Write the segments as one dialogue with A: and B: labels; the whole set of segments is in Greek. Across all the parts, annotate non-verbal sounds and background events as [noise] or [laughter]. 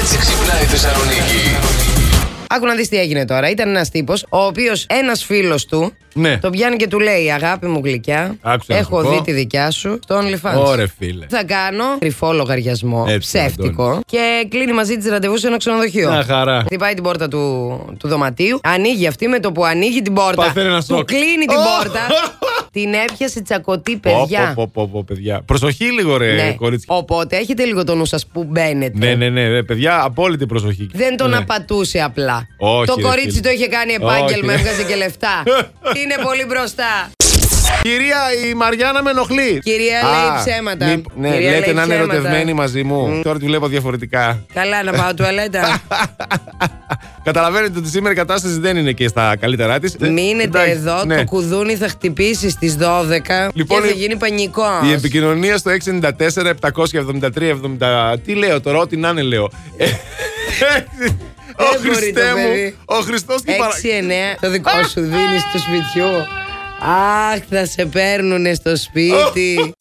A: έτσι ξυπνάει η Θεσσαλονίκη.
B: Άκου να δεις τι έγινε τώρα. Ήταν ένας τύπος, ο οποίος ένας φίλος του
C: Ναι.
B: τον πιάνει και του λέει: Αγάπη μου γλυκιά,
C: Άκουσα να σου
B: έχω
C: πω.
B: δει τη δικιά σου στο OnlyFans.
C: Ωρε, φίλε.
B: Θα κάνω κρυφό λογαριασμό,
C: Έτσι,
B: ψεύτικο,
C: Αντώνη.
B: και κλείνει μαζί της ραντεβού σε ένα ξενοδοχείο.
C: Να χαρά.
B: Χτυπάει την πόρτα του, του δωματίου, ανοίγει αυτή με το που ανοίγει την πόρτα.
C: Παθαίνει ένα
B: του
C: σοκ.
B: κλείνει την
C: Ω!
B: πόρτα. την έπιασε τσακωτή, παιδιά.
C: Πω, πω, πω, πω, παιδιά. Προσοχή λίγο, ρε,
B: Ναι.
C: κορίτσια.
B: Οπότε έχετε λίγο το νου σας που μπαίνετε.
C: Ναι, ναι, ναι, ρε, παιδιά, απόλυτη προσοχή.
B: Δεν τον
C: ναι.
B: απατούσε απλά.
C: Όχι,
B: το
C: ρε
B: κορίτσι
C: φίλε.
B: το είχε κάνει επάγγελμα,
C: Όχι.
B: έβγαζε και
C: [laughs]
B: λεφτά. Είναι πολύ μπροστά.
C: Κυρία, η Μαριάννα με ενοχλεί.
B: Κυρία, λέει ψέματα.
C: ναι,
B: Κυρία,
C: λέτε
B: λέει
C: να είναι
B: ψέματα.
C: ερωτευμένη μαζί μου. Τώρα τη βλέπω διαφορετικά. [laughs]
B: Καλά, να πάω τουαλέτα.
C: Καταλαβαίνετε ότι σήμερα η κατάσταση δεν είναι και στα καλύτερά Ε, τη.
B: Μείνετε εδώ, το κουδούνι θα χτυπήσει στις 12
C: ναι. Λοιπόν,
B: και θα
C: η-
B: γίνει πανικό.
C: Η επικοινωνία στο 694 773 70. Τι λέω τώρα, ό,τι να είναι λέω. Ε, [laughs] ο
B: μπορεί το
C: Χριστέ
B: παιδί.
C: μου, ο Χριστός τι παρα...
B: 6-9, το δικό σου δίνεις του σπιτιού. Αχ, θα σε παίρνουνε στο
C: [laughs]
B: σπίτι.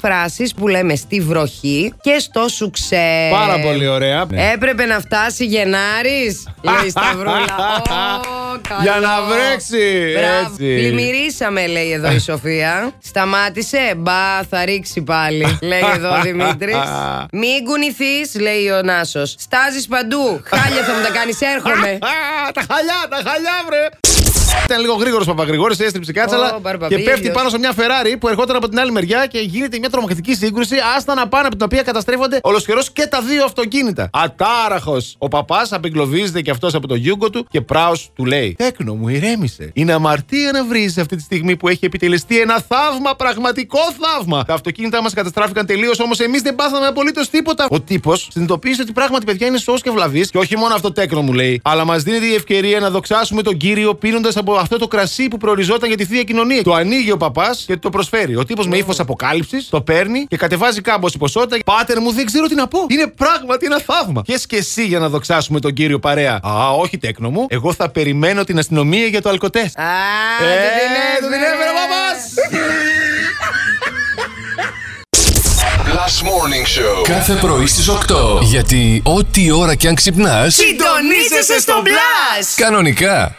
B: Φράσεις που λέμε στη βροχή και στο σουξέ.
C: Πάρα πολύ ωραία. Ναι.
B: Έπρεπε να φτάσει Γενάρης, λέει η
C: [laughs]
B: Σταυρούλα. Ω, καλό.
C: Για να βρέξει,
B: Μπράβο.
C: έτσι.
B: Πλημμυρίσαμε, λέει εδώ η
C: [laughs]
B: Σοφία. Σταμάτησε. Μπα, θα ρίξει πάλι, λέει
C: [laughs]
B: εδώ ο Δημήτρης. Μην κουνηθείς, λέει ο Νάσος. Στάζεις παντού. Χάλια θα μου τα κάνεις,
C: [laughs]
B: έρχομαι.
C: Α, τα χαλιά, τα χαλιά, βρε! Ήταν λίγο γρήγορος Παπαγρηγόρης, έστριψε κάτσα,
B: Ω,
C: αλλά και
B: Μπαρμπαπίλιος.
C: πέφτει πάνω σε μια Ferrari που ερχόταν από την άλλη μεριά και γίνεται μια τρομακτική σύγκρουση. Άστα να πάνε από την οποία καταστρέφονται ολοσχερός και τα δύο αυτοκίνητα. Ατάραχος! Ο παπάς απεγκλωβίζεται και αυτός από το γιούγκο του και πράω του λέει: Τέκνο μου, ηρέμησε. Είναι αμαρτία να βρεις αυτή τη στιγμή που έχει επιτελεστεί ένα θαύμα, πραγματικό θαύμα. Τα αυτοκίνητά μας καταστράφηκαν τελείως, όμως εμείς δεν πάθαμε απολύτως τίποτα. Ο τύπος συνειδητοποίησε ότι πράγματι παιδιά είναι σώο και βλαβής και όχι μόνο αυτό τέκνο μου λέει, αλλά μας δίνεται η ευκαιρία να δοξάσουμε τον κύριο πίνοντας από αυτό το κρασί που προοριζόταν για τη θεία κοινωνία. Το ανοίγει ο παπάς και το προσφέρει. Ο τύπος με ύφος αποκάλυψης το παίρνει και κατεβάζει κάμποση ποσότητα. Πάτερ μου, δεν ξέρω τι να πω. Είναι πράγματι ένα θαύμα. Πιε και εσύ για να δοξάσουμε τον κύριο παρέα. Α, όχι τέκνο μου. Εγώ θα περιμένω την αστυνομία για το αλκοτέστ.
B: Α,
C: Ε,
B: του
C: του
B: την
C: την
B: έφερε
C: έφερε ο
B: παπάς.
C: παπάς.
A: Last Morning Show.
D: Κάθε πρωί στις 8. Γιατί ό,τι ώρα κι αν ξυπνάς,
B: Συντονίζεσαι στο μπλα!
D: κανονικά.